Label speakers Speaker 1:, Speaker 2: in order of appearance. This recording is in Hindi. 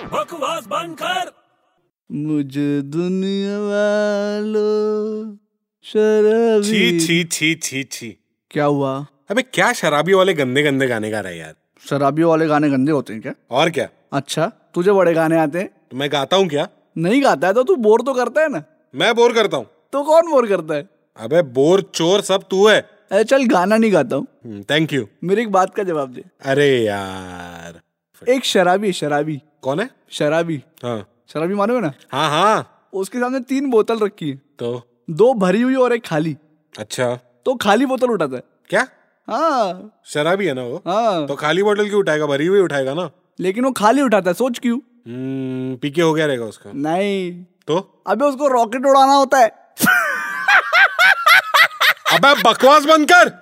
Speaker 1: आवाज बंद कर
Speaker 2: मुझे दुनिया वालों शराबी
Speaker 3: छी छी छी छी छी
Speaker 2: क्या हुआ
Speaker 3: अबे क्या शराबी वाले गंदे गंदे गाने गा रहा है यार
Speaker 2: शराबियों वाले गाने गंदे होते हैं क्या
Speaker 3: और क्या
Speaker 2: अच्छा तुझे बड़े गाने आते हैं
Speaker 3: तो मैं गाता हूँ क्या
Speaker 2: नहीं गाता है तो तू बोर तो करता है ना
Speaker 3: मैं बोर करता हूँ
Speaker 2: तो कौन बोर करता है
Speaker 3: अबे बोर चोर सब तू है
Speaker 2: अरे चल गाना नहीं गाता हूँ
Speaker 3: थैंक यू
Speaker 2: मेरी एक बात का जवाब दे
Speaker 3: अरे यार
Speaker 2: एक शराबी है, शराबी
Speaker 3: कौन है
Speaker 2: शराबी
Speaker 3: हाँ
Speaker 2: शराबी मानो ना
Speaker 3: हाँ हाँ
Speaker 2: उसके सामने तीन बोतल रखी है
Speaker 3: तो
Speaker 2: दो भरी हुई और एक खाली
Speaker 3: अच्छा
Speaker 2: तो खाली बोतल उठाता है
Speaker 3: क्या
Speaker 2: हाँ
Speaker 3: शराबी है ना वो
Speaker 2: हाँ
Speaker 3: तो खाली बोतल क्यों उठाएगा भरी हुई उठाएगा ना
Speaker 2: लेकिन वो खाली उठाता है सोच क्यों
Speaker 3: हम्म, पीके हो गया रहेगा उसका
Speaker 2: नहीं
Speaker 3: तो
Speaker 2: अबे उसको रॉकेट उड़ाना होता है
Speaker 3: अबे बकवास बंद कर